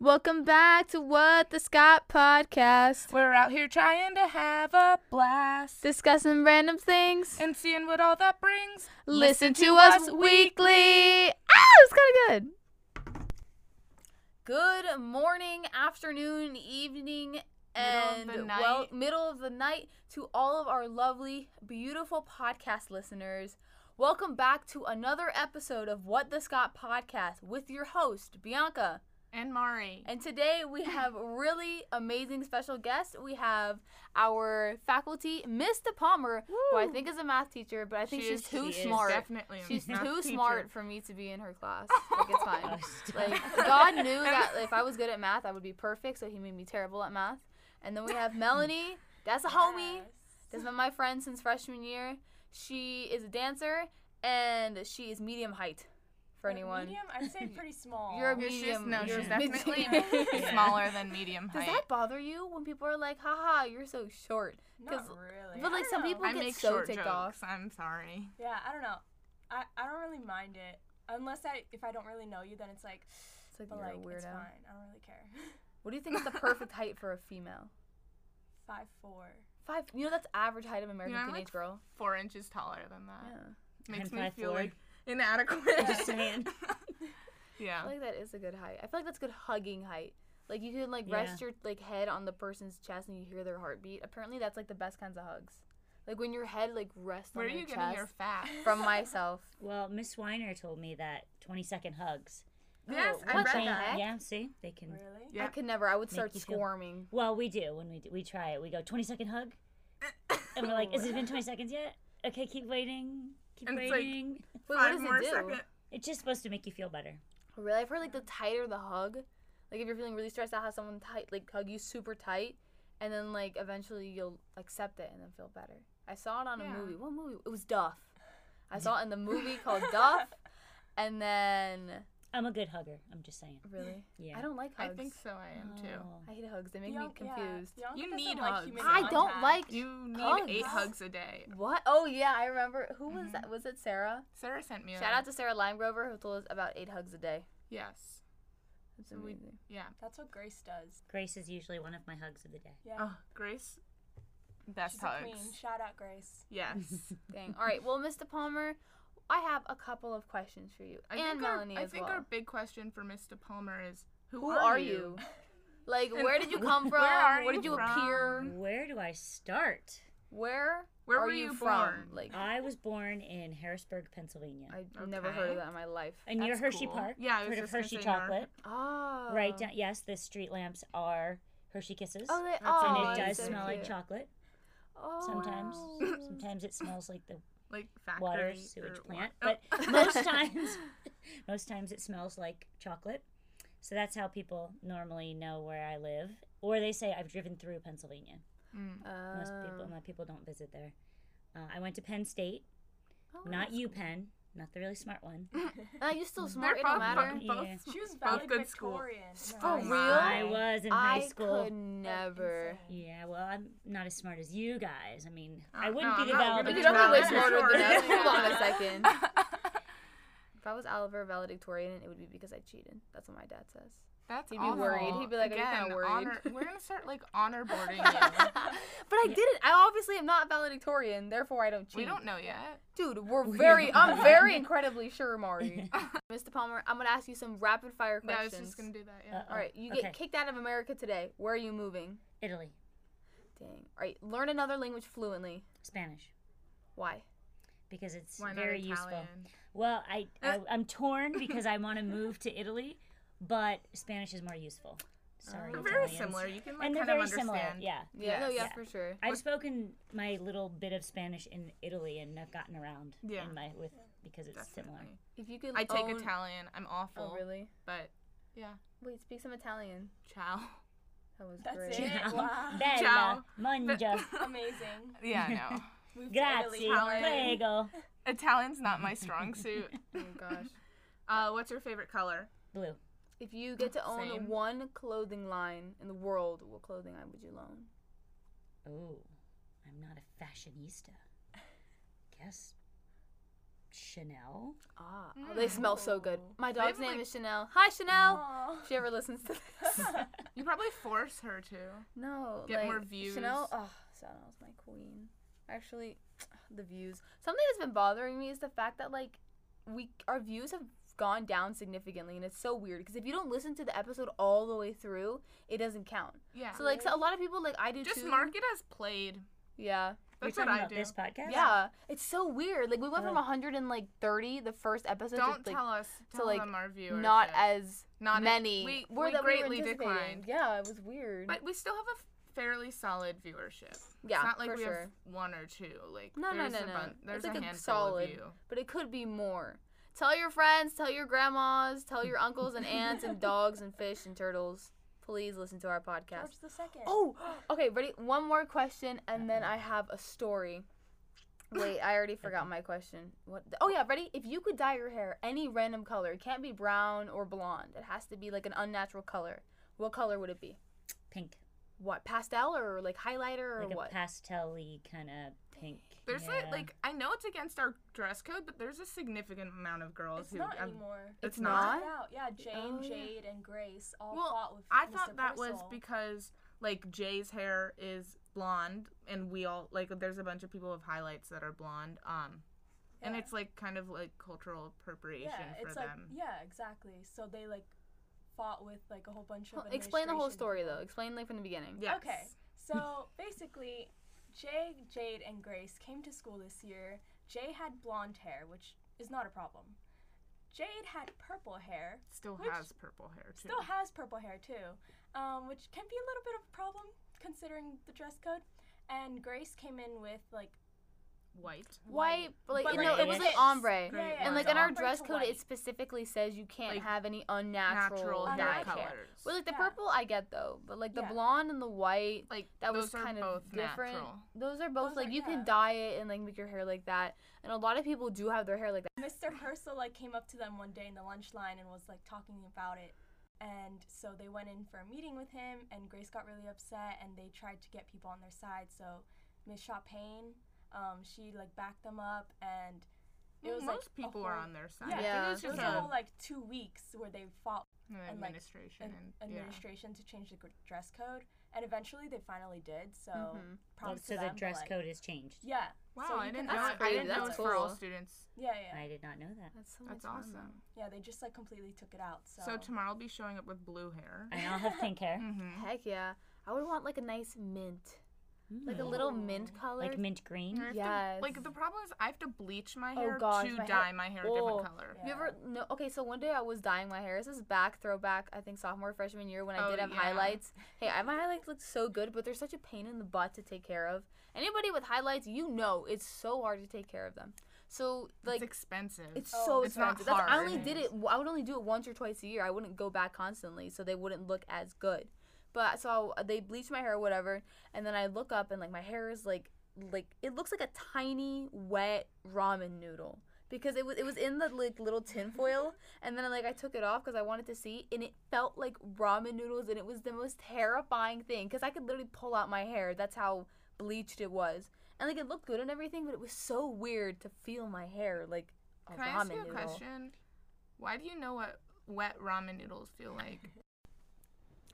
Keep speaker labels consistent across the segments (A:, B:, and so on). A: Welcome back to What the Scott podcast.
B: We're out here trying to have a blast
A: Discussing random things.
B: and seeing what all that brings.
A: Listen to us weekly. Ah, it's kind of good. Good morning, afternoon, evening,
B: Middle of
A: and
B: the
A: well,
B: night.
A: middle of the night to all of our lovely, beautiful podcast listeners. Welcome back to another episode of What the Scott podcast with your host, Bianca.
B: And Mari.
A: And today we have a really amazing special guest. We have our faculty, Miss De Palmer, who I
B: Woo.
A: think is a math teacher, but I think she's too smart.
B: Definitely. a
A: She's
B: math
A: too
B: teacher.
A: smart for me to be in her class. Like it's fine.
C: Like,
A: Like God knew that if I was good at math, I would be perfect, so he made me terrible at math. And then we have Melanie. That's a homie. That's been my friend since freshman year. She is a dancer and she is medium height for anyone.
D: Medium, I'd say pretty small.
A: You're a
B: Yes, she's,
A: medium.
B: no,
A: you're
B: she's
A: a
B: definitely
A: medium.
B: smaller than medium
A: Does
B: height.
A: that bother you when people are like, haha, you're so short?
D: not
A: 'cause-
D: really.
A: but,
D: I
A: like,
D: don't
A: some
D: know.
A: people-
B: I
A: get
B: make
A: so
B: short
A: ticked
B: jokes.
A: off.
B: I'm sorry.
D: Yeah, I don't know. I, I don't really mind it unless I if I don't really know you, then it's like,
A: It's like
D: but
A: you're
D: like
A: a
D: it's
A: weirdo.
D: fine. I don't really care.
A: What do you think is the perfect height for a female?
D: Five four.
A: Five. You know that's average height of an American
B: I'm,
A: teenage
B: like,
A: girl.
B: Four inches taller than
A: Yeah.
B: that. Makes
C: I'm
B: me
C: five
B: feel
C: four.
B: like inadequate.
C: Just saying.
A: I
B: yeah.
A: feel like that is a good height. I feel like that's good hugging height. Like you can like rest your like head on the person's chest and you hear their heartbeat. Apparently that's like the best kinds of hugs. Like when your head like rests
B: Where are
A: on your
B: you
A: chest.
B: getting your facts?
A: from myself.
C: well, Miss Weiner told me that 20 second hugs.
B: Yes,
A: Oh,
B: I
A: what
B: read
A: the
C: They-
A: heck?
C: Yeah, see, they can.
D: Really?
A: I
B: Yeah.
A: could never. I would
C: Make
A: start
C: you feel-
A: squirming.
C: Well, we do when we do, we try it. We go 20 second hug, and we're like, "Has it been 20 seconds yet? Okay, keep waiting, keep
B: And it's like-
C: waiting."
A: Wait, what does
B: Five more
A: it do?
B: second.
C: It's just supposed to make you feel better.
A: Really, I've heard like the tighter the hug, like if you're feeling really stressed out, have someone tight like hug you super tight, and then like eventually you'll accept it and then feel better. I saw it on
B: Yeah.
A: a movie. What movie? It was Duff. I saw it in the movie called Duff, and then
C: I'm a good hugger. I'm just saying.
A: really,
C: Yeah.
A: I don't like
B: I
A: hugs.
B: think so. I am too.
C: Oh.
A: I hate hugs. They make me
D: Bian- yeah,
A: confused.
D: Bianca
B: You
D: doesn't
B: need
D: like
B: hugs.
D: human
A: I don't
D: contact.
A: like
B: You need eight
A: Hugs.
B: hugs a day.
A: what? Oh yeah, I remember. Who
B: Mm-hmm.
A: was that? Was it Sarah?
B: Sarah sent me.
A: Shout
B: a,
A: out to Sarah Limegrover who told us about eight hugs a day.
B: Yes.
A: That's
B: we-
A: amazing.
B: Yeah.
D: That's what Grace does.
C: Grace is usually one of my hugs of the day.
D: Yeah.
B: Oh, Grace. Best
D: She's a queen.
B: hugs.
D: Shout out Grace.
B: Yes.
A: Dang. All right. Well, Mr. Palmer, I have a couple of questions for you
B: I
A: and
B: think our,
A: Melanie
B: I
A: as
B: think
A: well.
B: our big question for Mr. Palmer is who,
A: Who are you? Like,
B: And
A: where did you come from?
B: where are
A: Where
B: you
A: did you
B: from?
A: appear?
C: Where do I start?
A: Where
B: Where
A: are
B: were
A: you
B: you
A: from?
B: born?
A: Like,
C: I was born in Harrisburg, Pennsylvania.
A: I've never heard of that in my life.
C: and near
B: That's
C: Hershey
B: cool.
C: Park.
B: Yeah, I was
C: heard of
B: just gonna
C: Hershey
B: say near-
C: chocolate.
A: Oh.
C: Right down. Yes, the street lamps are Hershey Kisses.
A: Oh, they
B: That's
A: are.
B: Oh,
C: and it
B: that's
C: does
B: so
C: smell like
B: cute.
C: chocolate
A: Oh,
C: sometimes.
A: wow.
C: Sometimes it smells like the
B: Like
C: water
B: factory
C: sewage
B: or
C: plant,
B: what- Oh.
C: but most times, most times it smells like chocolate. So that's how people normally know where I live, or they say I've driven through Pennsylvania.
B: Mm.
C: Most people,
A: Um,
C: most people don't visit there. Uh, I went to Penn State,
A: oh,
C: not
A: that's
C: you,
A: cool.
C: Penn, not the really smart one.
A: Nah, you still smart.
B: They're
A: It don't
B: both,
A: matter.
B: both, both
C: Yeah.
D: She was
B: Both
D: valedictorian.
B: good school.
A: For
D: Nice.
A: real?
C: I
B: Really?
C: was in
A: I
C: high school.
A: could Oh, never.
D: That's insane.
C: Yeah, well, I'm not as smart as you guys. I mean, I
B: Uh,
C: wouldn't
B: no,
C: be the
B: I'm not
A: You
B: gonna
C: valedictorian.
A: could definitely way
B: That's
A: smarter than
B: right.
A: us. Hold on a second. If I was Oliver valedictorian, it would be because I cheated. That's what my dad says.
B: That's
A: He'd be worried.
B: awful.
A: He'd be like, "Are you
B: Again,
A: kinda worried?"
B: honor- we're gonna start like honor boarding
A: but
B: you.
A: I didn't. I obviously am not valedictorian, therefore I don't cheat.
B: we don't know yet.
A: Dude, we're very. I'm very incredibly sure, Mari. Mr. Palmer, I'm gonna ask you some rapid fire
B: Yeah,
A: questions.
B: I was just gonna do that. Yeah.
C: Uh-oh.
A: All right, you get
C: Okay.
A: kicked out of America today. Where are you moving?
C: Italy,
A: Dang. All right, learn another language fluently.
C: Spanish,
A: Why?
C: because it's
B: Why not
C: very useful.
B: Italian?
C: Well, I,
B: Uh,
C: I I'm torn because I want to move to Italy, but Spanish is more useful. Sorry,
A: They're
B: They're very
C: Italians.
B: similar. You can like
C: and they're
B: kind
C: very
B: of
C: similar.
B: understand.
C: Yeah,
A: Yeah. No, yeah,
B: Yes.
A: for sure.
C: I've spoken my little bit of Spanish in Italy, and I've gotten around
B: Yeah.
C: in my with because it's similar.
B: Definitely.
A: If you could,
B: I take
A: own-
B: Italian. I'm awful.
A: Oh, really?
B: But yeah,
A: Wait, speak some Italian.
B: ciao.
A: That was
D: That's
A: great.
D: it. Wow.
C: Bella,
B: Ciao.
C: mangia,
D: Amazing.
B: Yeah, no.
D: Moved to
C: grazie,
D: Italy.
B: Italian.
C: prego,
B: Italian's not my strong suit.
A: Oh gosh.
B: Uh, what's your favorite color?
C: blue,
A: If you get to own
B: Same.
A: one clothing line in the world, what clothing line would you loan?
C: Oh, I'm not a fashionista. Guess Chanel.
A: Ah, oh, they smell so good.
D: Mm.
A: My dog's
B: have,
A: name
B: like- Oh.
A: is Chanel. Hi, Chanel.
D: Aw.
A: If she ever listens to this.
B: You probably force her to.
A: no,
B: Get
A: like,
B: more views.
A: Chanel. Oh, Chanel's my queen. Actually, the views. Something that's been bothering me is the fact that like we our views have gone down significantly, and it's so weird because if you don't listen to the episode all the way through, it doesn't count.
B: Yeah.
A: So like, so a lot of people like I do
B: Just
A: too.
B: mark it as played.
A: Yeah.
C: You're
B: That's what
C: talking
B: I
C: about
B: do.
C: this podcast?
A: Yeah, it's so weird. Like we went from
C: Oh.
A: 130 the first episode
B: Don't
A: to like
B: tell us.
A: to,
B: Tell
A: like,
B: them our viewers.
A: not as
B: not as-
A: many.
B: we
A: were
B: we
A: that were
B: greatly
A: anticipating.
B: declined,
A: Yeah, it was weird.
B: but we still have a fairly solid viewership.
A: yeah,
B: it's not like
A: for
B: we
A: sure.
B: have one or two. Like
A: No, no,
B: there's
A: no,
B: a
A: no.
B: bun-
A: It's
B: there's
A: like
B: a
A: a
B: handful
A: solid-
B: of you.
A: But it could be more. Tell your friends, tell your grandmas, tell your uncles and aunts and dogs and fish and turtles. Please listen to our podcast.
D: George the second.
A: Oh, okay, ready? One more question, and then I have a story. Wait, I already forgot my question. What? Oh yeah, ready? If you could dye your hair any random color, it can't be brown or blonde. It has to be like an unnatural color. What color would it be?
C: Pink.
A: What pastel or like highlighter or
C: Like
A: what?
C: a pastel y kind of pink.
B: There's
C: yeah.
B: a, like I know it's against our dress code, but there's a significant amount of girls
D: it's
B: who.
D: not
B: have-
D: anymore.
B: It's
A: It's
B: not.
A: not?
D: Check it out. Yeah,
A: Oh,
D: Jane,
A: yeah.
D: Jade, and Grace all
B: Well,
D: fought with
B: I
D: Mr.
B: thought that was
D: Percival.
B: because like Jay's hair is blonde, and we all like there's a bunch of people with highlights that are blonde. Um, and
D: Yeah.
B: it's like kind of like cultural appropriation
D: yeah,
B: for
D: it's like
B: them.
D: yeah, exactly. So they like fought with like a whole bunch of.
A: Well, Explain the whole
D: administration
A: story
D: people.
A: though. Explain like from the beginning.
B: Yes.
D: Okay, so basically, Jay, Jade, and Grace came to school this year. Jay had blonde hair, which is not a problem. Jade had purple hair,
B: Still
D: Which-
B: has purple hair too.
D: still has purple hair too, um, which can be a little bit of a problem considering the dress code. And Grace came in with like
B: White.
A: White, but, like
D: But,
A: you know, it was like
C: grayish.
A: ombre.
B: Gray
D: yeah,
A: And
B: or
A: like in our
D: Ombre
A: dress
D: to
A: code,
D: white.
A: it specifically says you can't
B: Like,
A: have any
B: natural
A: unnatural,
D: hair
A: dye
D: colors.
A: Hair. Well, like the
D: Yeah.
A: purple, I get though, but like the
D: Yeah.
A: blonde and the white,
B: Like
A: that
B: those
A: was
B: are
A: kind
B: both
A: of different.
B: natural.
A: Those are both
D: Those
A: like
D: are-
A: you
D: yeah.
A: can dye it and like make your hair like that, and a lot of people do have their hair like that.
D: Mr. Herschel like came up to them one day in the lunch line and was like talking about it. And so they went in for a meeting with him and Grace got really upset and they tried to get people on their side. So Miss Chopin, um, she like backed them up and it was
B: Mm, Most
D: like a
B: people are
D: whole-
B: on their side.
D: Yeah.
A: Yeah.
B: It was
D: It
B: just
D: was
B: a,
D: a whole like two weeks where they fought
B: an
D: and, like,
B: administration
D: an
B: and yeah.
D: administration to change the gr- dress code. And eventually they finally did. So
A: Mhm.
C: Oh,
D: props to
C: so
D: them,
C: the
D: but,
C: dress
D: like-
C: code has changed.
D: Yeah.
B: Wow,
D: so
B: I
D: you
B: didn't
D: can
B: know.
A: That's
B: it- I
A: crazy,
B: didn't know
A: that's
B: it's for all
A: cool.
B: students.
D: Yeah, yeah.
C: I did not know that.
A: Oh, That's so
B: That's
A: much fun,
B: awesome.
D: Yeah, they just like completely took it out. So,
B: So. tomorrow I'll be showing up with blue hair.
C: And I'll have pink hair.
A: though.
B: Mm-hmm.
A: Heck yeah, I would want like a nice mint, like a
C: Mm.
A: little
D: Ooh.
A: mint color.
C: like mint green.
A: Yes.
B: like the problem is I have to bleach my
A: Oh,
B: hair
A: gosh,
B: to
A: my hair-
B: dye my hair a
A: Oh.
B: different color.
A: You
D: Yeah.
A: ever no? Okay, so one day I was dyeing my hair. This is back throwback. I think sophomore freshman year when I
B: Oh,
A: did have
B: yeah.
A: highlights. Hey, I, my highlights looked so good, but they're such a pain in the butt to take care of. Anybody with highlights, you know, it's so hard to take care of them. So like.
B: it's expensive.
A: It's
D: Oh,
A: so
B: it's not
A: expensive. That's, I
B: hard.
A: only did it. I would only do it once or twice a year. I wouldn't go back constantly, so they wouldn't look as good. But so they bleached my hair, or whatever, and then I look up and like my hair is like like it looks like a tiny wet ramen noodle because it was it was in the like little tin foil, and then like I took it off because I wanted to see, and it felt like ramen noodles, and it was the most terrifying thing because I could literally pull out my hair. That's how bleached it was, and like it looked good and everything, but it was so weird to feel my hair like a
B: Can
A: ramen
B: I ask you a
A: noodle.
B: question? Why do you know what wet ramen noodles feel like?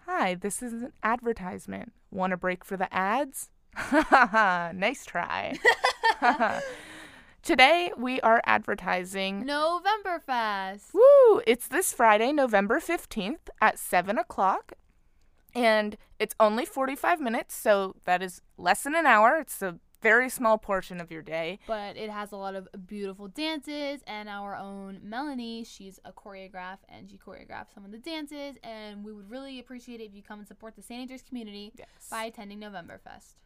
E: Hi, this is an advertisement. Want a break for the ads? nice try. Today we are advertising.
A: November fast.
E: Woo! It's this Friday, November 15th at 7 o'clock. And it's only 45 minutes, so that is less than an hour. It's a very small portion of your day.
A: But it has a lot of beautiful dances, and our own Melanie, she's a choreograph, and she choreographed some of the dances. And we would really appreciate it if you come and support the St. Andrews community
E: Yes.
A: by attending November Fest.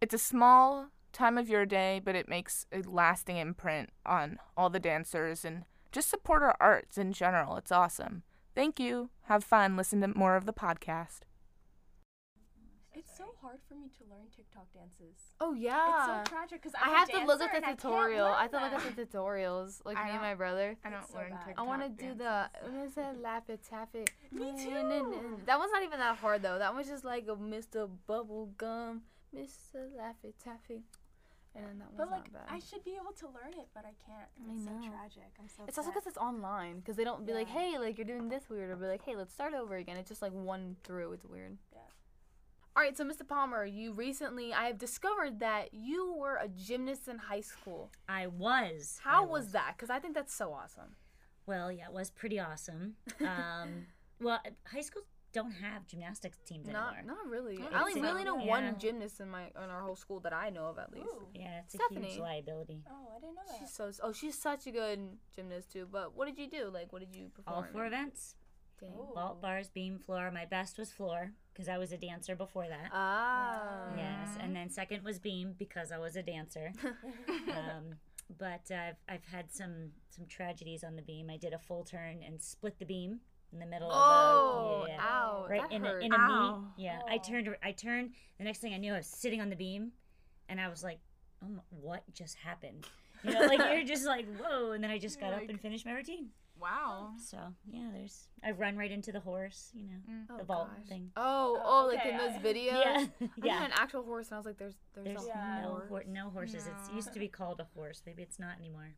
E: It's a small time of your day, but it makes a lasting imprint on all the dancers and just support our arts in general. It's awesome. Thank you. Have fun. Listen to more of the podcast.
D: It's so hard for me to learn TikTok dances.
A: Oh yeah.
D: It's so tragic because
A: I have to look at the tutorial. I have to look at the tutorials, like
B: I
A: me
B: don't-
A: and my brother.
B: I don't
D: so
B: learn
D: bad. I
B: TikTok.
A: I want to do the what is that lap it tap it. Me too. That one's not even that hard though. That one's just like a Mr. Bubblegum, Mr. Laffy Taffy. And then that one's
D: But
A: not
D: like,
A: bad.
D: I should be able to learn it, but I can't.
A: I
D: It's
A: know.
D: so tragic. I'm so.
A: It's also
D: upset.
A: because it's online, because they don't be like,
D: Yeah.
A: hey, like you're doing this weird, or be like, hey, let's start over again. It's just like one through. It's weird.
D: Yeah.
A: All right, so Mr. Palmer, you recently I have discovered that you were a gymnast in high school.
C: I was.
A: How
C: I
A: was, that? Because I think that's so awesome.
C: Well, yeah, it was pretty awesome. Um, well, high schools don't have gymnastics teams anymore.
A: Not, not really.
B: Mm,
A: I only
C: it's
A: really
C: a-
A: know
C: yeah.
A: one gymnast in my in our whole school that I know of at least.
D: Ooh.
C: Yeah, it's a huge
A: Stephanie.
C: liability.
D: Oh, I didn't know that.
A: She's so oh she's such a good gymnast too. But what did you do? Like what did you perform?
C: All four
A: in?
C: events:
A: Dang.
D: Ooh.
C: vault, bars, beam, floor. My best was floor because I was a dancer before that.
A: Ah.
C: Yes, and then second was beam because I was a dancer. um, but I've I've had some some tragedies on the beam. I did a full turn and split the beam in the middle
A: Oh,
C: of a, yeah, yeah.
A: ow!
C: right
A: that
C: in a,
A: hurt.
C: in a knee.
B: Ow.
C: Yeah, I
D: Oh.
C: turned I turned. The next thing I knew, I was sitting on the beam, and I was like, "Oh, my, what just happened?" You know, like you're just like, "Whoa!" And then I just got up
B: like-
C: and finished my routine.
B: Wow.
C: So yeah, there's I run right into the horse. You know,
A: oh,
C: the vault
A: gosh.
C: thing.
A: Oh,
D: Oh,
A: oh, like in
D: okay,
A: those
D: I-
A: videos.
C: Yeah,
A: I
C: yeah.
A: yeah. an actual horse, and I was like, "There's, there's,
C: There's
A: a
D: Yeah.
C: no
A: horse.
C: hor- no horses. It's
B: No.
C: used to be called a horse. Maybe it's not anymore.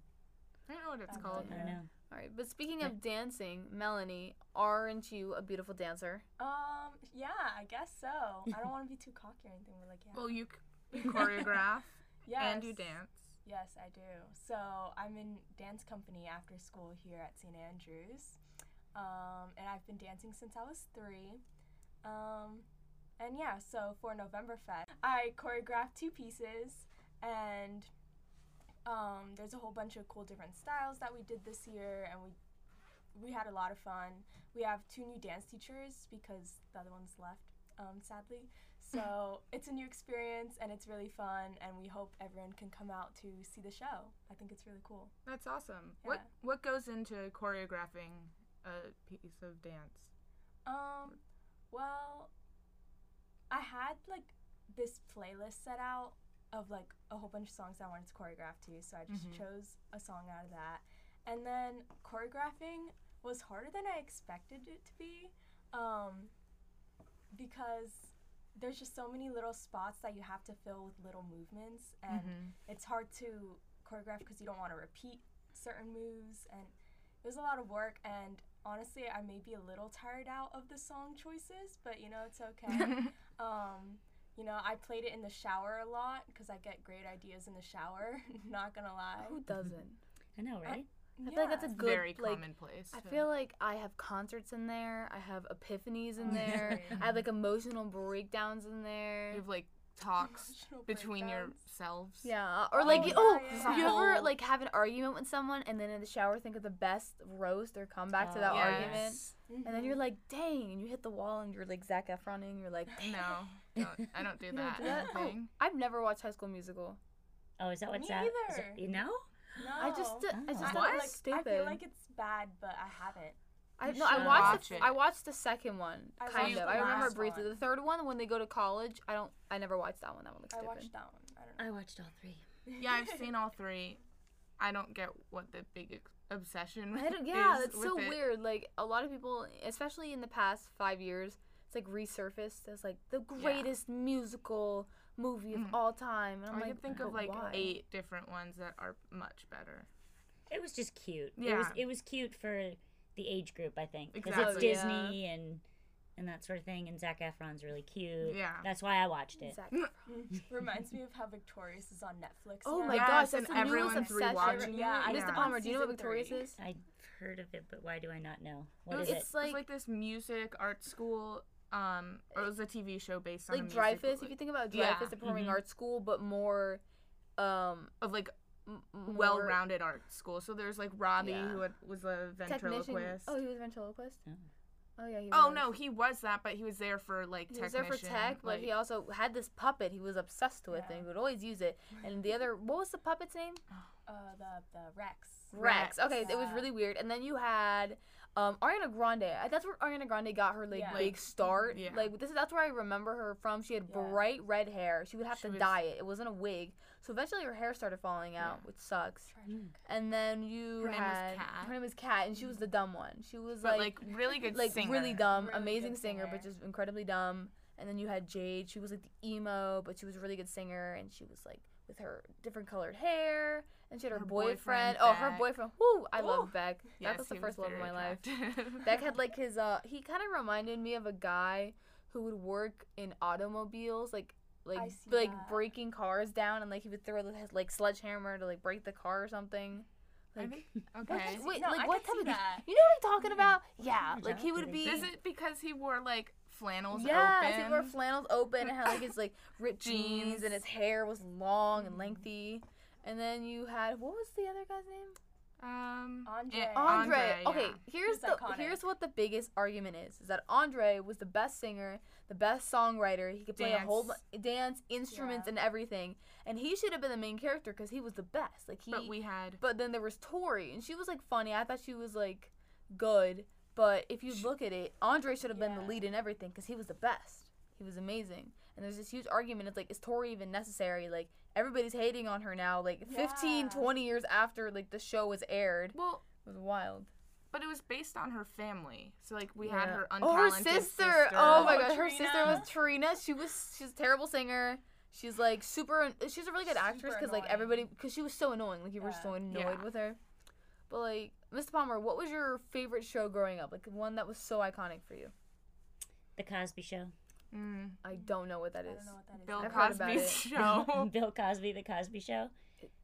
B: I don't know what it's
D: Um,
B: called.
C: I don't know.
A: All right, but speaking of dancing, Melanie, aren't you a beautiful dancer?
D: Um, yeah, I guess so. I don't want to be too cocky or anything, but like, yeah.
B: Well, you, c- you choreograph
D: yes.
B: and you dance.
D: Yes, I do. So I'm in dance company after school here at St. Andrews, um, and I've been dancing since I was three. Um, and yeah, so for Novemberfest, I choreographed two pieces, and um, there's a whole bunch of cool different styles that we did this year, and we we had a lot of fun. We have two new dance teachers because the other one's left, um, sadly. So it's a new experience and it's really fun, and we hope everyone can come out to see the show. I think it's really cool.
B: That's awesome. What
D: Yeah.
B: what goes into choreographing a piece of dance?
D: Um, well, I had like this playlist set out of like a whole bunch of songs I wanted to choreograph to, so I just
B: Mhm.
D: chose a song out of that. And then choreographing was harder than I expected it to be, um, because there's just so many little spots that you have to fill with little movements, and it's hard to choreograph because you don't want to repeat certain moves and it was a lot of work and honestly i may be a little tired out of the song choices but you know it's okay um, you know i played it in the shower a lot because i get great ideas in the shower not gonna lie
A: Who doesn't?
C: I know, right?
A: I feel like that's a
D: Yeah.
A: good
B: Very
A: like.
B: commonplace.
A: I
B: to-
A: feel like I have concerts in there. I have epiphanies in
D: Oh,
A: there.
D: sorry.
A: I have like emotional breakdowns in there.
B: you have like talks
D: Emotional
B: between
D: breakdowns.
B: yourselves.
A: Yeah, or
D: Oh,
A: like you,
D: yeah,
A: oh,
D: yeah, yeah.
A: you ever
B: Whole-
A: like have an argument with someone and then in the shower think of the best roast or comeback to
C: Oh,
A: that
B: yes.
A: argument, and then
D: Mhm.
A: you're like, dang, and you hit the wall and you're like Zac Efroning, you're like, dang,
B: No, don't, I don't do
A: you don't
B: that.
A: do that.
B: I don't
A: Oh,
B: think.
A: I've never watched High School Musical.
C: Oh, is that
D: Me
C: what's that? Is
D: either.
C: it- you know?
D: no.
A: I just, I just
C: Oh.
D: I,
A: thought
B: What?
A: it
D: like,
A: was stupid.
D: I feel like it's bad but i haven't
A: I
B: You
A: no, I
B: should
A: watched.
B: watch
A: the,
B: it.
A: I watched the second one,
D: I
A: kind
B: watched
A: of.
B: the
A: I remember
D: last
A: briefly.
D: one.
A: The third one, when they go to college, I don't. I never watched that one. That one looks
D: i
A: stupid.
D: watched that one i don't know
C: I watched all three.
B: Yeah, I've seen all three. I don't get what the big ex- obsession with
A: I don't, yeah,
B: is
A: that's
B: with
A: so
B: it.
A: weird. Like a lot of people, especially in the past five years, it's like resurfaced as like the greatest musical movie of
B: Mhm.
A: all time. And I'm
B: I
A: like,
B: can think
A: "But
B: of like
A: why?"
B: eight different ones that are much better.
C: It was just cute. It was
B: Yeah.
C: it was cute for the age group, I think, because it's
B: Exactly.
A: Oh, yeah.
C: Disney and and that sort of thing. And Zach Efron's really cute.
B: Yeah.
C: that's why I watched it.
A: Zac-
D: Mm, reminds me of how victorious is on netflix
A: Oh
D: now.
A: my
B: Yes,
A: gosh, that's
B: and
A: the newest
B: everyone's
A: obsession.
B: rewatching
D: Yeah,
B: it.
A: Mr.
D: I know.
B: yeah.
D: On
A: Palmer, do you know what
D: season three.
A: Victorious is?
C: I've heard of it, but why do I not know?
B: It
C: What
B: was-
C: is
A: It's
C: it?
B: it was
A: like
B: like this music art school. Um, or it was a TV show based on a
A: like
B: musical,
A: Dreyfus. If
B: like-
A: you think about
B: Yeah. Mm-hmm.
A: Dreyfus, the performing
C: Mhm.
A: arts school, but more, um,
B: of like
A: m- more
B: well-rounded art school. So there's like Robbie
A: Yeah.
B: who had, was a
A: technician.
B: ventriloquist.
A: Oh, he was a ventriloquist.
C: Oh.
A: Oh yeah. He
B: Oh,
A: was.
B: no, he was that, but he was there for like
A: He was
B: technician.
A: there for tech, but he
B: like-
A: also had this puppet. He was obsessed with,
D: Yeah.
A: and he would always use it. And the other, what was the puppet's name?
D: uh, the the rex
A: Rex.
B: Rex.
A: Okay, it was
D: Yeah.
A: really weird. And then you had um, Ariana Grande. I- That's where Ariana Grande got her like
D: Yeah.
A: big
B: Like,
A: start.
B: yeah.
A: Like this, that's where I remember her from. She had
D: Yeah.
A: bright red hair. She would have
B: She
A: to
B: was-
A: dye it. It wasn't a wig. So eventually, her hair started falling out,
B: Yeah.
A: which sucks.
D: Tragic.
A: And then you
B: Her name was
A: had
B: Kat.
A: her name was Kat, and she was the dumb one. She was
B: but
A: like
B: like, really good
A: like
B: singer.
A: really dumb,
D: Really
A: amazing
D: good
A: singer, but
D: singer.
A: just incredibly dumb. And then you had Jade. She was like the emo, but she was a really good singer, and she was like with her different colored hair, and she had her,
F: Her boyfriend,
A: boyfriend. oh, her
F: Beck.
A: boyfriend. Woo! I
F: Ooh.
A: love Beck. that was the
F: he
A: first love of
F: very
A: my life.
F: attractive.
A: Beck had like his uh he kind of reminded me of a guy who would work in automobiles like like
D: see
A: like
D: that.
A: breaking cars down and like he would throw the- his like sledgehammer to like break the car or something.
B: I
A: Like
B: think-
A: what-
B: Okay.
A: wait,
D: No,
A: like
D: I
A: what
D: could
A: type
D: see
A: of
D: that.
A: You know what I'm talking about? Yeah, like he would
C: Did
A: be
C: they-
B: Is it because he wore like flannels
A: Yes,
B: open?
A: he wore flannels open and had like his like ripped jeans.
B: Jeans. Mm-hmm.
A: and his hair was long and lengthy. And then you had what was the other guy's name?
B: um,
D: Andre.
B: eh,
A: Andre.
B: yeah.
A: Okay, here's
D: was
A: the
D: iconic.
A: here's what the biggest argument is: is that Andre was the best singer, the best songwriter. He could play a whole
B: Dance.
A: bu- dance, instruments,
D: Yeah.
A: and everything. And he should have been the main character because he was the best. Like he.
B: But we had
A: but then there was Tori, and she was like funny. I thought she was like good, but if you look at it, Andre should have been
D: Yeah.
A: the lead in everything because he was the best. He was amazing. And there's this huge argument. It's like, is Tori even necessary? Like, everybody's hating on her now. Like, fifteen, twenty 15,
D: Yeah.
A: 20 years after, like, the show was aired.
B: well,
A: It was wild.
B: but it was based on her family. So like we had
A: Yeah.
B: her untalented
A: Oh, her sister. Oh my
D: Oh,
A: god, her sister
D: Trina.
A: was Trina. She was she's a terrible singer. She's like super. She's a really good actress
D: Super
A: because like
D: annoying.
A: everybody because she was so annoying. Like you were
D: Yeah.
A: so annoyed
B: Yeah.
A: with her. But like Miss Palmer, what was your favorite show growing up? Like one that was so iconic for you.
C: The Cosby Show.
B: Mm,
A: I don't know what that
D: I
A: is.
D: don't know what that is.
B: Bill
A: I've heard about
B: Cosby's
A: it.
B: show.
C: Bill Cosby, The Cosby Show.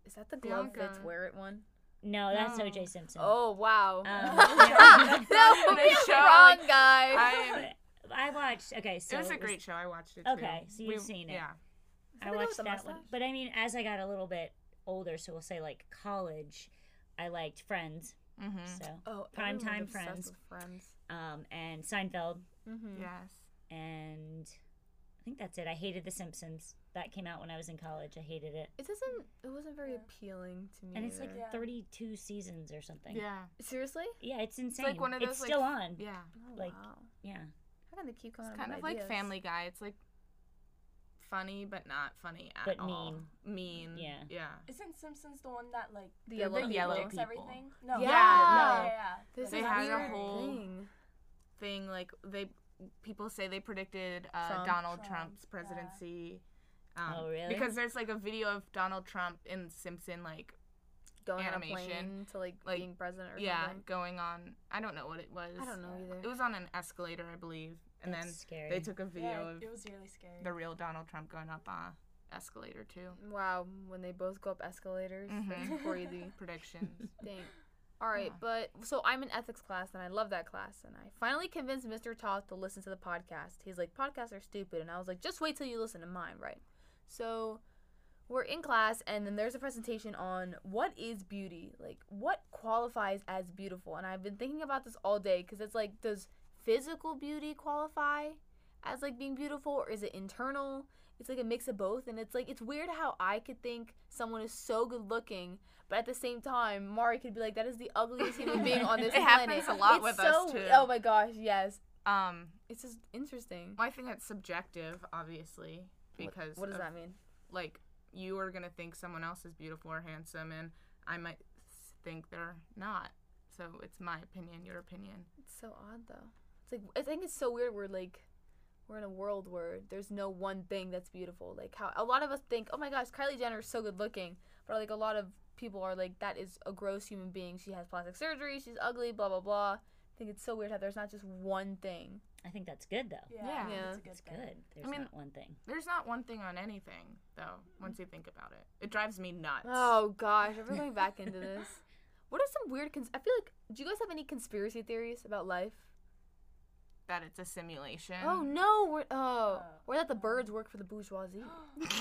A: Is that the glove that's
B: Bianca.
A: wear it one?
C: No, that's
B: No.
C: O.J. Simpson.
A: Oh wow.
C: Um,
A: that would
B: They
A: be the
B: show,
A: wrong
B: like,
A: guy.
B: I,
C: I watched. Okay, so
F: it was a great show. I watched it.
C: Okay,
F: too.
C: so you've seen it.
F: Yeah.
C: I
A: Something about
C: watched
A: the
C: that one.
A: mustache?
C: But I mean, as I got a little bit older, so we'll say like college, I liked Friends.
B: mm-hmm.
C: So
A: oh,
C: Primetime
A: everyone's obsessed
C: Friends.
A: with friends.
C: um, and Seinfeld,
A: Mm-hmm.
B: Yes.
C: and I think that's it. I hated The Simpsons. That came out when I was in college. I hated it.
A: It doesn't. It wasn't very
D: Yeah.
A: appealing to me.
C: And it's like
A: either.
D: Yeah.
C: 32 seasons or something.
B: Yeah.
A: seriously.
C: Yeah, it's insane. It's,
B: like one of those, like,
C: still on. Yeah.
B: Yeah.
A: Oh,
C: Like-
A: wow. How can they keep coming?
B: It's
A: up
B: kind
A: with
B: of like
A: ideas?
B: Family Guy. It's like funny but not funny at
C: But
B: all.
C: mean.
B: Mean.
C: Yeah.
B: Yeah.
D: Isn't Simpsons the one that like
A: The
B: They're
A: yellow,
B: the yellow
A: people.
D: makes
B: people.
D: everything? No.
A: Yeah.
D: Yeah. yeah,
A: There's
B: They
A: this
B: had a
A: weird
B: whole-
A: thing.
B: Thing like they people say they predicted uh,
A: Trump.
B: Donald
D: Trump,
B: Trump's
D: yeah.
B: presidency. um,
C: Oh, really?
B: Because there's like a video of Donald Trump in Simpson like
A: going on a
B: animation,
A: plane to like,
B: like,
A: being president or
B: yeah
A: something.
B: going on. I don't know what it was.
A: I don't know
B: It
A: either.
B: was on an escalator, I believe, and
C: That's
B: then
C: scary.
B: they took a video
D: Yeah,
B: of
D: it was really scary.
B: the real Donald Trump going up uh, on escalator too.
A: Wow, when they both go up escalators, that's
B: Mhm.
A: crazy.
B: Predictions.
A: Dang. All right, but so I'm in ethics class and I love that class. And I finally convinced Mr. Toth to listen to the podcast. He's like, podcasts are stupid. And I was like, just wait till you listen to mine, right? So we're in class and then there's a presentation on what is beauty? Like, what qualifies as beautiful? And I've been thinking about this all day because it's like, does physical beauty qualify as like being beautiful or is it internal? It's like a mix of both. And it's like, it's weird how I could think someone is so good looking but at the same time, Mari could be like, "That is the ugliest human being on this
B: It
A: planet."
B: happens a lot
A: It's
B: with
A: so-
B: us, too.
A: Oh my gosh, yes,
B: um,
A: it's just interesting.
B: well, I think that's subjective, obviously,
A: What-
B: because
A: what, does
B: of
A: that mean?
B: like you are gonna think someone else is beautiful or handsome, and I might s- think they're not. So it's my opinion, your opinion.
A: It's so odd though. It's like I think it's so weird. We're like, we're in a world where there's no one thing that's beautiful. Like how a lot of us think, "Oh my gosh, Kylie Jenner is so good looking," but like a lot of people are like, "That is a gross human being. She has plastic surgery. She's ugly. Blah blah blah." I think it's so weird how there's not just one thing.
C: I think that's good, though.
D: Yeah,
B: Yeah.
A: Yeah.
D: It's a good
C: It's
D: thing.
C: good. There's
B: mean-
C: not one thing.
B: There's not one thing on anything, though. Once you think about it, it drives me nuts.
A: Oh gosh, we're going back into this. What are some weird? Cons- I feel like. Do you guys have any conspiracy theories about life?
B: that it's a simulation.
A: Oh no, we're oh,
D: Uh,
A: or that the birds work for the bourgeoisie.
B: that's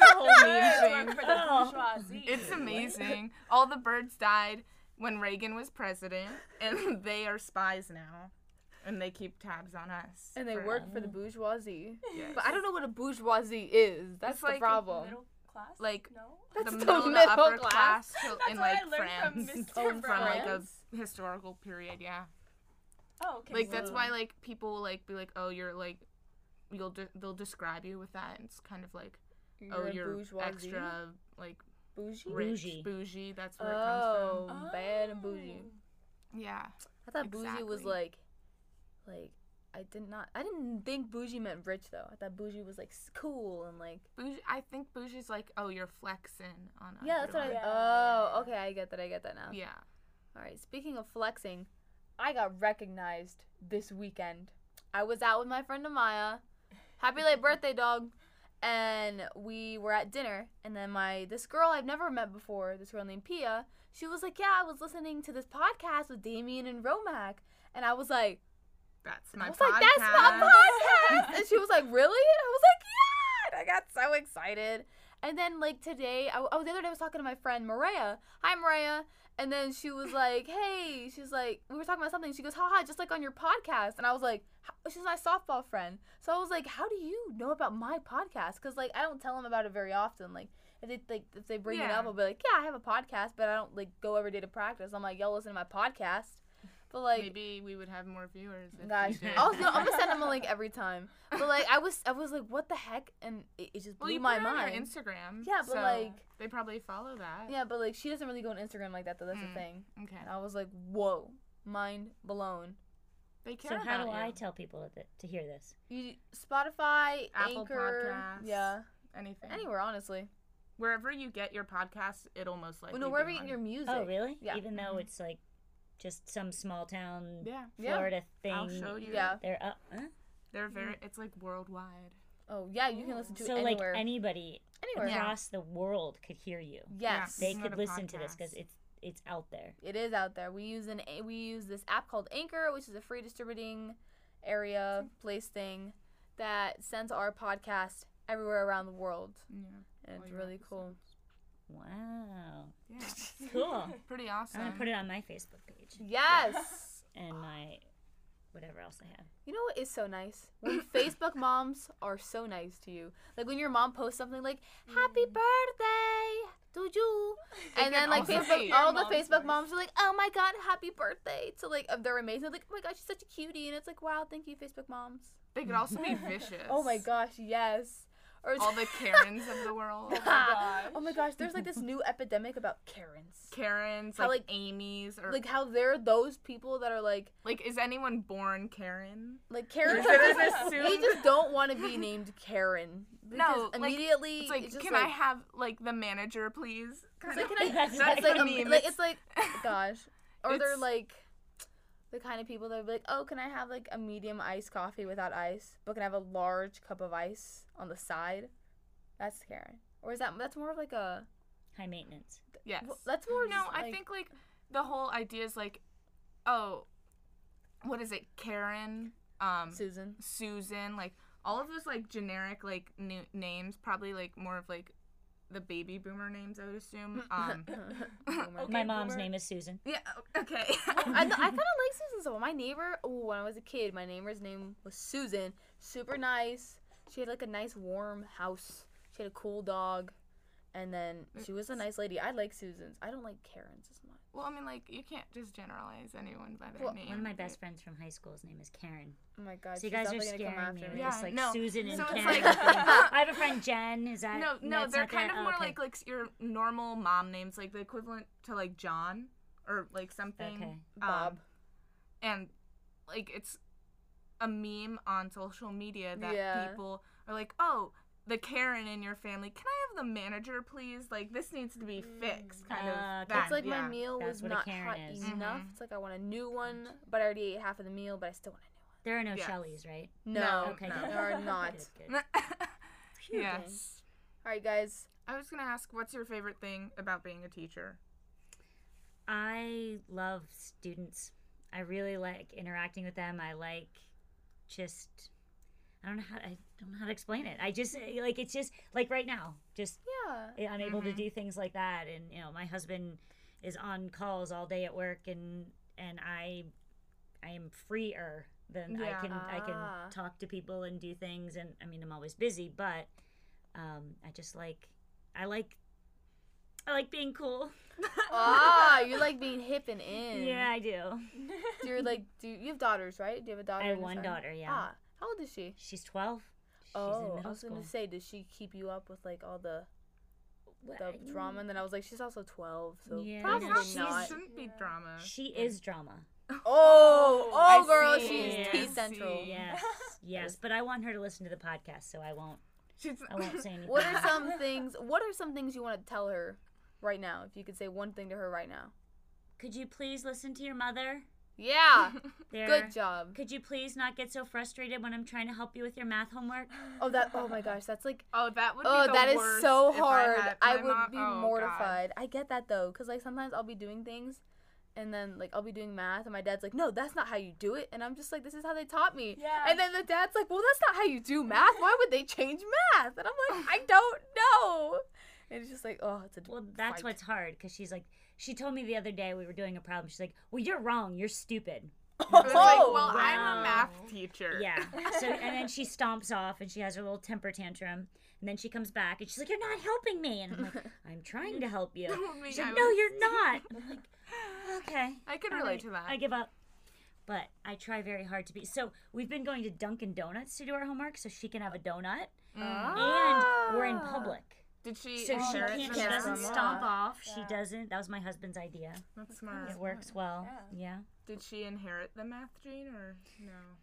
B: a whole meme
D: Work
B: thing.
D: for the
C: Oh.
D: bourgeoisie.
B: It's amazing. All the birds died when Reagan was president, and they are spies now, and they keep tabs on us.
A: and they
B: for-
A: work for the bourgeoisie.
B: Yes.
A: But I don't know what a bourgeoisie is. That's
B: It's
A: the
B: like
A: problem.
D: Middle class?
B: Like,
D: no.
A: That's
B: the
A: the
B: middle, to
A: middle
B: upper
A: class.
B: class, to- in
D: what I
B: like
D: learned
B: France,
D: from Mr.
B: from like a
D: France.
B: historical period. Yeah,
D: Oh, okay.
B: like
D: so
B: that's why like people will, like be like, oh, you're like, you'll de- they'll describe you with that. It's kind of like, oh,
A: a
B: you're extra like
A: bougie.
B: rich,
C: Bougie.
B: bougie. That's where it comes
A: Oh,
D: Oh.
A: bad and bougie.
B: from. Yeah.
A: I thought bougie was
B: Exactly.
A: like, like I did not. I didn't think bougie meant rich though. I thought bougie was like s- cool and like.
B: Bougie, I think bougie's like, oh, you're flexing on.
A: Yeah, that's what I.
B: everyone.
A: Oh, okay. I get that. I get that now.
B: Yeah.
A: All right. Speaking of flexing, I got recognized this weekend. I was out with my friend Amaya. Happy late birthday, dog. And we were at dinner, and then my this girl I've never met before, this girl named Pia, she was like, "Yeah, I was listening to this podcast with Damien and Romac," and I was like,
B: That's my
A: I was
B: podcast.
A: like, that's my podcast. and she was like, really? And I was like, yeah. And I got so excited. And then, like, today, I, oh, the other day I was talking to my friend Maria. Hi, Maria. And then she was like, hey, she's like, we were talking about something. She goes, haha, just like on your podcast. And I was like, "How-" she's my softball friend. So I was like, how do you know about my podcast? Because, like, I don't tell them about it very often. Like, if they, like, if they bring it
B: Yeah.
A: up, I'll be like, yeah, I have a podcast, but I don't, like, go every day to practice. I'm like, y'all listen to my podcast. But, like,
B: Maybe we would have more viewers. If
A: Gosh,
B: we did.
A: also I'm gonna send him a link every time. But like I was, I was like, what the heck, and it, it just
B: well,
A: blew
B: you
A: my
B: put it on your
A: mind.
B: Instagram.
A: Yeah, but,
B: so
A: like-
B: they probably follow that.
A: Yeah, but like she doesn't really go on Instagram like that though. That's
B: Mm.
A: the thing.
B: Okay.
A: And I was like, whoa, mind blown.
B: They care
C: So
B: about
C: how do
B: you.
C: I tell people that, to hear this?
A: You Spotify,
B: Apple
A: Anchor,
B: Podcasts.
A: yeah,
B: Anything.
A: anywhere honestly.
B: Wherever you get your podcast, it'll most likely.
A: Well, no,
B: be
A: wherever you get
B: on.
A: your music.
C: Oh, really?
A: Yeah.
C: Even though it's like just some small town
B: Mm-hmm. Yeah.
A: Yeah.
C: Florida thing.
B: I'll show you.
A: Yeah.
C: They're up. Huh?
B: They're very. It's like worldwide.
A: Oh yeah, you can listen to
C: So
A: it
C: like
A: anywhere.
C: anybody
A: anywhere.
B: Yeah.
C: across the world could hear you.
A: Yes.
C: They
B: Not
C: could
B: a
C: listen to this because
B: podcast.
C: it's it's out there.
A: It is out there. We use an we use this app called Anchor, which is a free distributing area place thing that sends our podcast everywhere around the world.
B: Oh, Yeah.
A: And
B: all
A: it's
B: your
A: really cool.
C: Wow.
B: episodes. Yeah.
C: Cool.
B: Pretty
C: I'm
B: awesome.
C: gonna put it on my Facebook page
A: Yes.
C: and my whatever else I have.
A: You know what is so nice? When Facebook moms are so nice to you. Like when your mom posts something like "Happy
B: Mm.
A: birthday to you," and then like
B: also
A: Facebook,
B: see
A: all the
D: your mom's
A: Facebook
D: voice.
A: moms are like, "Oh my god, happy birthday!" To like of their amazing like, "Oh my gosh, she's such a cutie," and it's like, "Wow, thank you, Facebook moms."
B: They could also be vicious.
A: Oh my gosh, yes. Or
B: All the Karens of the world.
D: gosh.
A: oh my gosh, there's like this new epidemic about Karens.
B: Karens,
A: How,
B: like,
A: like-
B: Amy's, or
A: Like
B: like,
A: how they're those people that are like
B: is anyone born Karen?
A: like Karens.
B: Is it
A: are
B: an
A: just-
B: assumed-
A: they just don't want to be named Karen.
B: No,
A: because
B: like,
A: immediately
B: It's like,
A: it's just
B: can I
A: like,
B: have like the manager, please? Kind
A: like,
B: of-
A: can I-
C: That's
B: that's
A: it's
B: what
A: like,
B: I
A: um,
B: mean.
A: like it's like gosh, or they're
B: It's-
A: like the kind of people that would be like, oh, can I have like a medium iced coffee without ice, but can I have a large cup of ice on the side? That's Karen. Or is that that's more of like a
C: High maintenance.
B: yes.
A: that's more
B: No,
A: just,
B: I
A: like-
B: think like the whole idea is like, oh, what is it, Karen? Um,
A: Susan.
B: Susan, like all of those like generic like new names, probably like more of like the baby boomer names, I would assume. Um,
A: Boomer.
C: my mom's
D: boomer.
C: name is Susan.
B: yeah, o- okay.
A: I, th- I kind of like Susan so. My neighbor, ooh, when I was a kid, my neighbor's name was Susan. Super nice. She had like a nice warm house. She had a cool dog, and then
C: Mm,
A: she was a nice lady. I like Susans. I don't like Karens as much.
B: well, I mean, like you can't just generalize anyone by their
A: Well,
B: name.
C: One of my
B: right?
C: best friends from high school's name is Karen.
A: Oh my god,
C: So
A: she's
C: you guys are
A: definitely gonna come
C: scaring me.
A: after
C: We're
A: me.
B: Yeah,
C: just like
B: no.
C: Susan and
B: So it's
C: Karen.
B: like-
C: I have a friend Jen. Is that
B: Uh, No, no,
C: it's
B: they're
C: not
B: kind
C: that?
B: of
C: Oh,
B: more
C: okay.
B: like like your normal mom names, like the equivalent to like John or like something.
C: Okay.
B: um,
A: Bob.
B: and like it's a meme on social media that
A: Yeah.
B: people are like, "Oh, the Karen in your family. Can I have the manager, please? Like this needs to be fixed." Kind of.
C: Ah, okay.
B: That,
A: It's like
B: yeah. Mm-hmm.
A: my meal
C: Mm, That's
A: was
C: what a
A: not
C: Karen
A: hot
C: is.
A: enough. It's like I want a new one, but I already ate half of the meal, but I still want a
C: There are no
B: Yes.
C: Shelleys, right?
A: new one. No,
B: No,
C: Okay.
B: no.
C: good.
A: there are not.
C: Good, good.
B: yes.
A: All right, guys.
B: I was gonna ask, what's your favorite thing about being a teacher?
C: I love students. I really like interacting with them. I like just I don't know how I don't know how to explain it. I just like it's just like right now, just
A: Yeah.
C: I'm able to do things like that. And you know, my husband is on calls all day at work, and and I I am freer than
B: Yeah.
C: I can I
A: Ah.
C: can talk to people and do things. And I mean, I'm always busy, but um, I just like I like I like being cool.
A: Ah, you like being hip and in.
C: Yeah, I do.
A: Do you like do you have daughters, right? Do you have a daughter?
C: I have
A: and a
C: one
A: son?
C: daughter. Yeah,
A: Ah, how old is she?
C: she's 12. She's
A: oh,
C: in middle
A: I was
C: school.
A: gonna say, does she keep you up with like all the
C: Well,
A: the
C: I-
A: drama? And then I was like, she's also twelve, so
C: Yeah,
A: probably
C: no,
B: Probably
C: she's-
A: not.
B: shouldn't be
D: Yeah.
B: drama.
C: She is drama.
A: Oh, oh,
B: I
A: girl,
B: see.
A: she's
C: Yeah.
A: T
C: I
A: Central.
B: see.
C: Yes, yes, but I want her to listen to the podcast, so I won't.
B: She's
C: I won't say anything.
A: What are some things? What are some things you want to tell her right now? If you could say one thing to her right now.
C: Could you please listen to your mother?
A: Yeah.
C: There.
A: Good job.
C: Could you please not get so frustrated when I'm trying to help you with your math homework?
A: Oh that. Oh my gosh, that's like.
B: Oh, that would.
A: Oh,
B: be the
A: that is
B: worst
A: so
B: if I
A: hard.
B: had-
A: I,
B: my
A: would
B: mom-
A: be
B: oh, God.
A: mortified. I get that though, cause like sometimes I'll be doing things, and then like I'll be doing math, and my dad's like, "No, that's not how you do it," and I'm just like, "This is how they taught me."
D: Yeah.
A: And then the dad's like, "Well, that's not how you do math. Why would they change math?" And I'm like, "I don't know." And it's just like, oh, it's a
C: Well, that's
A: fight.
C: what's hard because she's like, she told me the other day we were doing a problem. She's like, well, you're wrong. You're stupid.
B: I was like,
A: Oh,
B: well, I'm
C: wow.
B: a math teacher.
C: Yeah. So and then she stomps off and she has her little temper tantrum and then she comes back and she's like, "You're not helping me," and I'm like, "I'm trying to help you."
B: I mean,
C: She's like,
B: I
C: "No,
B: was-
C: you're not." And I'm like, "Okay."
B: I could
C: all
B: relate
C: right,
B: to that.
C: I give up. But I try very hard to be. So we've been going to Dunkin' Donuts to do our homework, so she can have a donut, and we're in
A: Ah.
C: public,
B: Did Oh. she?
C: Mm-hmm. so she
B: share it with
C: can't. She
A: Yeah.
B: her
C: doesn't
B: mom?
A: Yeah.
C: stomp off. She
D: Yeah.
C: doesn't. That was my husband's idea.
B: That's smart.
C: It works well. Yeah.
B: Did she inherit the math gene or no?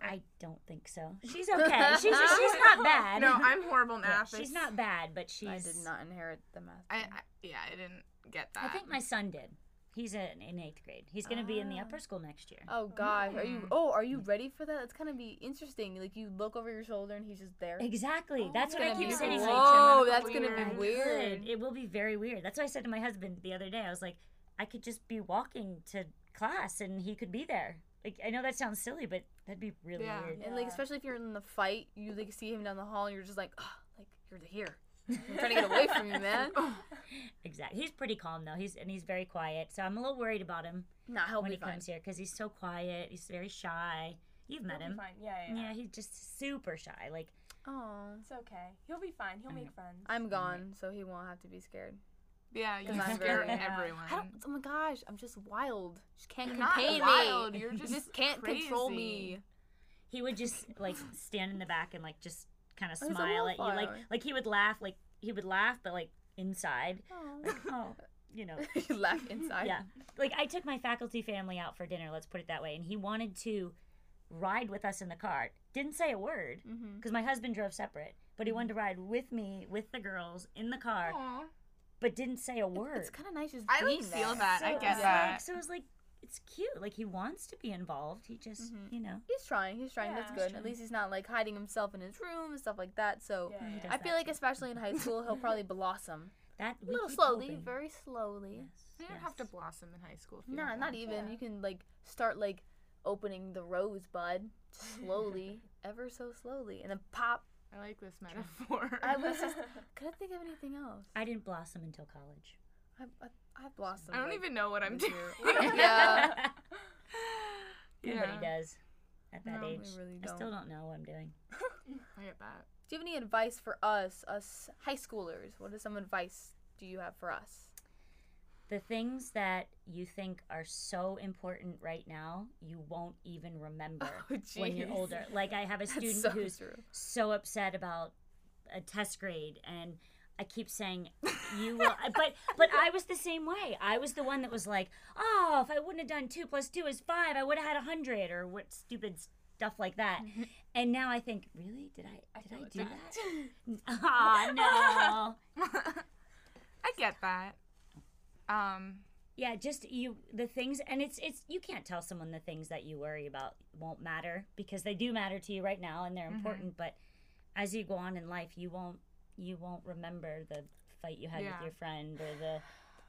C: I don't think so. She's okay. She's she's not bad.
B: No, I'm horrible at
C: Yeah,
B: math.
C: she's
B: It's-
C: not bad, but she's.
A: I did not inherit the math.
B: I, I
A: thing.
B: yeah, I didn't get that.
C: I think my son did. He's in, in eighth grade. He's going to be in the upper school next year.
A: Oh gosh, are you? Oh, are you ready for that? That's gonna be interesting. Like you look over your shoulder and he's just there.
C: Exactly. That's what I
A: gonna
C: keep
A: be
C: saying.
A: weird.
C: like,
A: Whoa,
B: Whoa,
A: that's
B: that's
A: gonna
B: going
A: be
B: to
C: I
B: be
A: weird.
B: weird.
C: could. It will be very weird. That's why I said to my husband the other day. I was like, I could just be walking to class and he could be there. Like I know that sounds silly, but that'd be really
B: Yeah.
C: weird.
A: And like
D: Yeah.
A: especially if you're in the fight, you like see him down the hall and you're just like, oh, like you're here. I'm trying to get away from you, man.
C: Exactly. He's pretty calm though. He's and he's very quiet. So I'm a little worried about him
A: Not helping
C: when he
A: me find.
C: comes here because he's so quiet. He's very shy. You've met
D: He'll be
C: him.
D: fine. Yeah, yeah,
C: Yeah,
D: yeah.
C: he's just super shy. Like
A: Oh,
D: It's okay. He'll be fine. He'll make friends.
A: I'm gone, so he won't have to be scared.
B: Yeah,
A: Cause
B: you
A: I'm
B: scare
C: uh,
A: very-
B: everyone.
A: I don't, oh my gosh, I'm just wild. Just can't
B: You're not
A: contain
B: wild,
A: me.
B: you're
A: You
B: just
A: can't control
B: crazy.
A: me.
C: he would just like stand in the back and like just kind of
A: Oh, He's a
C: smile at you like
A: wallflower.
C: like he would laugh like he would laugh but like inside like, oh you know
A: you laugh inside.
C: yeah like i took my faculty family out for dinner let's put it that way and he wanted to ride with us in the car didn't say a word
A: Mhm.
C: because my husband drove separate but he wanted to ride with me with the girls in the car
B: Aw.
C: but didn't say a word
A: It's kind of nice just
B: I
A: being
B: like feel
A: there.
B: that. I
C: So
B: get
C: it's like,
B: that.
C: so it was like it's cute like he wants to be involved he just
A: Mhm.
C: you know
A: He's trying. He's trying. That's
D: Yeah.
A: good. At least he's not like hiding himself in his room and stuff like that. So
D: Yeah,
C: he
D: yeah.
C: does
A: I
C: that
A: feel like,
C: too.
A: especially in high school, he'll probably blossom.
C: that
A: A
C: we
A: little
C: keep
A: slowly,
C: hoping.
A: very slowly.
B: You don't
C: Yes. e-
B: have to blossom in high school. If you
A: Nah,
B: don't
A: not
B: want
A: even.
D: Yeah.
A: You can like start like opening the rosebud slowly, ever so slowly, and then pop.
B: to. I like this metaphor.
A: I was just couldn't think of anything else.
C: I didn't blossom until college.
A: I I, I blossomed.
B: I don't
A: like-
B: even know what I'm
A: this
B: doing.
A: year. yeah.
C: Everybody
B: Yeah.
C: does at that
A: No, we
C: age.
A: really
C: I still don't know what I'm doing.
B: I get that.
A: Do you have any advice for us, us high schoolers? What is some advice do you have for us?
C: The things that you think are so important right now, you won't even remember
A: Oh,
C: when you're
A: jeez.
C: older. Like I have a student
A: That's so
C: who's Oh,
A: true.
C: so upset about a test grade and I keep saying you will but but I was the same way. I was the one that was like, Oh, if I wouldn't have done two plus two is five, I would have had a hundred or what stupid stuff like that. And now I think, really? Did I did I, do that? Ah no.
B: I get that. Um,
C: Yeah, just you the things and it's it's you can't tell someone the things that you worry about won't matter because they do matter to you right now and they're important, but as you go on in life you won't you won't remember the fight you had
B: Yeah.
C: with your friend or the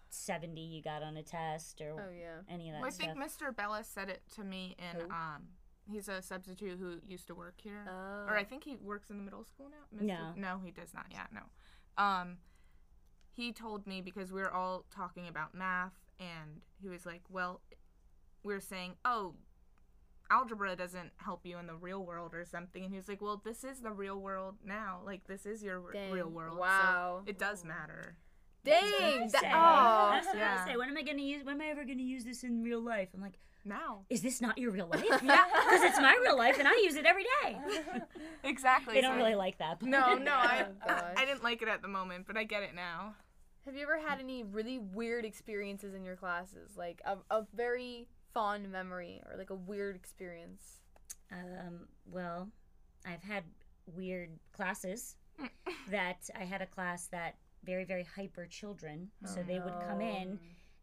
C: 70 you got on a test or
A: Oh yeah.
C: any of that
B: well, I
C: stuff.
B: think Mr. Bella said it to me in
A: Who?
B: um. He's a substitute who used to work here,
A: Oh.
B: or I think he works in the middle school now. Mr.
C: No.
B: no, he does not yet. No, um, he told me because we were all talking about math, and he was like, "Well, we are saying, oh, algebra doesn't help you in the real world or something," and he was like, "Well, this is the real world now. Like, this is your r-
A: Dang.
B: real world. so
A: Wow.
B: it does matter."
A: Dang.
C: That's what
A: That, oh.
C: I say. That's what
B: yeah.
C: I say. When am I gonna use? When am I ever gonna use this in real life? I'm like,
B: Now,
C: is this not your real life? yeah, because it's my real life and I use it every day.
B: exactly.
C: They don't
B: so-
C: really like that. but-
B: No, no, I,
A: Oh,
B: I,
A: gosh.
B: I didn't like it at the moment, but I get it now.
A: Have you ever had any really weird experiences in your classes? Like a, a very fond memory or like a weird experience?
C: Um, well, I've had weird classes that I had a class that very, very hyper children.
A: Oh,
C: so they would come in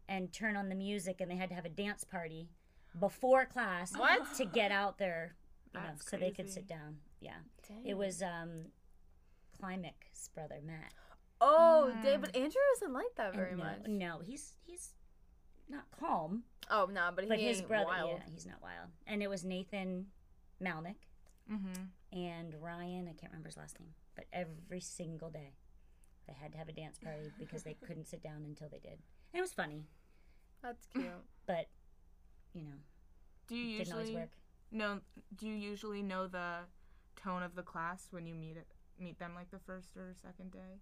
C: and turn on the music and they had to have a dance party before class
A: What?
C: to get out their, you know,
B: That's
C: so they could
B: crazy.
C: sit down. Yeah. It was um, Climax's brother, Matt.
A: Oh, Dave, but Andrew isn't like that
C: And
A: very
C: no,
A: much.
C: No, he's, he's not calm,
A: Oh, no, but,
C: but
A: he
C: his
A: ain't
C: brother,
A: wild.
C: yeah, he's not wild. And it was Nathan Malnick.
B: Mm-hmm.
C: and Ryan, I can't remember his last name, but every single day they had to have a dance party because they couldn't sit down until they did. And it was funny,
A: That's cute.
C: but you know,
B: Do you
C: it didn't always
B: usually
C: work.
B: know? Do you usually know the tone of the class when you meet it, meet them like the first or second day?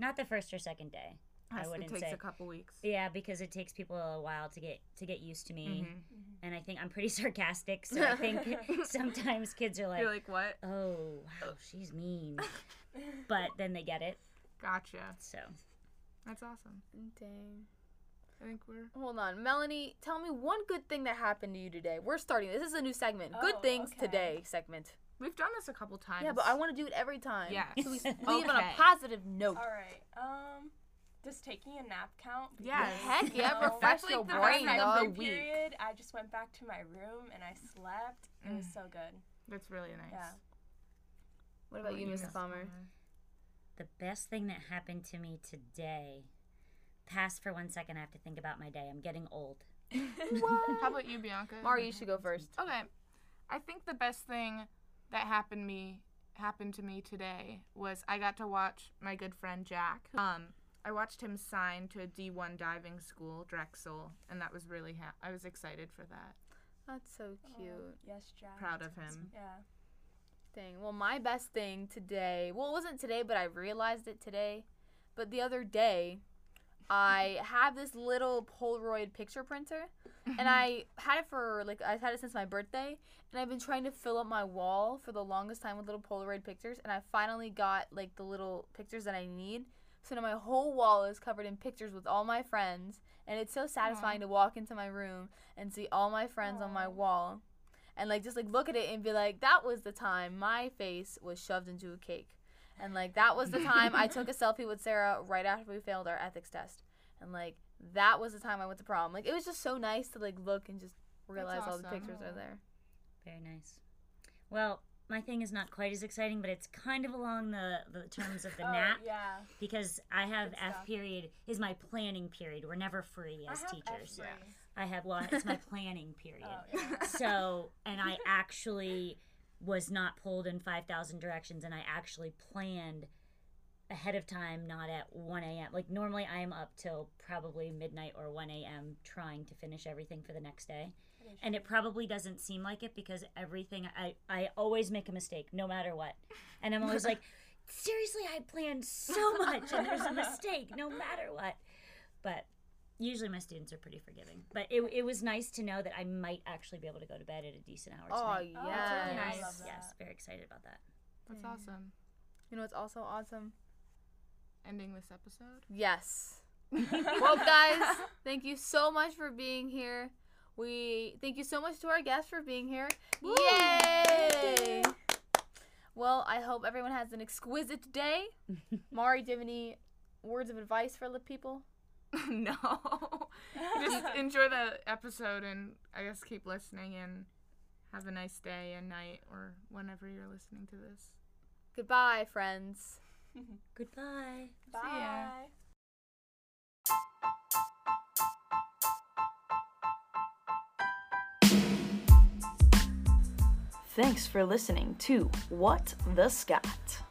C: Not the first or second day. I
B: Has-
C: wouldn't
B: it takes
C: say.
B: a couple weeks. Mm-hmm.
C: Yeah, because it takes people a while to get to get used to me. And I think I'm pretty sarcastic, so I think sometimes kids are like,
B: You're like, what?
C: "Oh, wow, she's mean," but then they get it.
B: Gotcha.
C: So
B: That's awesome.
A: Dang.
B: I think we're
A: Hold on, Melanie. Tell me one good thing that happened to you today. We're starting. This is a new segment. good
D: Oh,
A: things
D: okay.
A: today segment.
B: we've done this a couple times.
A: Yeah, but I want to do it every time.
B: Yes.
A: So we s- leave on a
B: Okay.
A: positive note.
D: All right. Um, does taking a nap count?
B: Yes.
D: Because,
A: Heck yeah,
D: you know,
A: refresh
B: That's like
A: your
B: the
A: brain,
B: highlight
A: dog.
B: of
D: my
B: the week.
D: period. I just went back to my room and I slept. It was so good.
B: That's really nice.
D: Yeah.
A: What about you, Mr. Palmer?
C: the best thing that happened to me today. Pass for one second. I have to think about my day. I'm getting old.
E: How about you, Bianca?
A: Mari, you should go first.
E: Okay. I think the best thing that happened me happened to me today was I got to watch my good friend Jack. Um,
B: I watched him sign to a D1 diving school, Drexel, and that was really ha- I was excited for that.
A: That's so cute.
D: Yes, Jack.
B: Proud of him.
D: Yeah.
A: Thing. Well, my best thing today. Well, it wasn't today, but I realized it today. But the other day, I have this little Polaroid picture printer, and I had it for like I've had it since my birthday, and I've been trying to fill up my wall for the longest time with little Polaroid pictures, and I finally got like the little pictures that I need. So now my whole wall is covered in pictures with all my friends, and it's so satisfying to walk into my room and see all my friends on my wall, and like just like look at it and be like, that was the time my face was shoved into a cake. And like that was the time I took a selfie with Sarah right after we failed our ethics test. And like that was the time I went to prom. Like it was just so nice to like look and just realize all the
B: awesome.
A: pictures are there.
C: Very nice. Well, my thing is not quite as exciting, but it's kind of along the, the terms of the
D: Oh,
C: nap
D: yeah.
C: because I have
D: Good
C: F
D: stuff.
C: period is my planning period. We're never free as
D: I have
C: teachers.
D: F3.
C: I have well, it's my planning period.
D: Oh, yeah.
C: So, and I actually was not pulled in five thousand directions, and I actually planned ahead of time, not at one a.m. Like normally, I am up till probably midnight or one a.m. trying to finish everything for the next day and it probably doesn't seem like it because everything I I always make a mistake no matter what, and I'm always like, seriously, I planned so much and there's a mistake no matter what, but usually my students are pretty forgiving. But it it was nice to know that I might actually be able to go to bed at a decent hour
A: Oh
C: tonight.
A: yeah.
D: Oh, that's really
C: yes,
D: nice. I love that.
C: yes, very excited about that.
E: that's awesome.
A: You know it's also awesome.
E: Ending this episode.
A: Yes. well guys, thank you so much for being here. We thank you so much to our guests for being here. Yay! Well, I hope everyone has an exquisite day. Mari, do you have any words of advice for the people?
B: no. Just enjoy the episode and I guess keep listening and have a nice day and night or whenever you're listening to this.
A: Goodbye, friends.
C: Goodbye.
D: Bye.
G: Thanks for listening to What the Scott.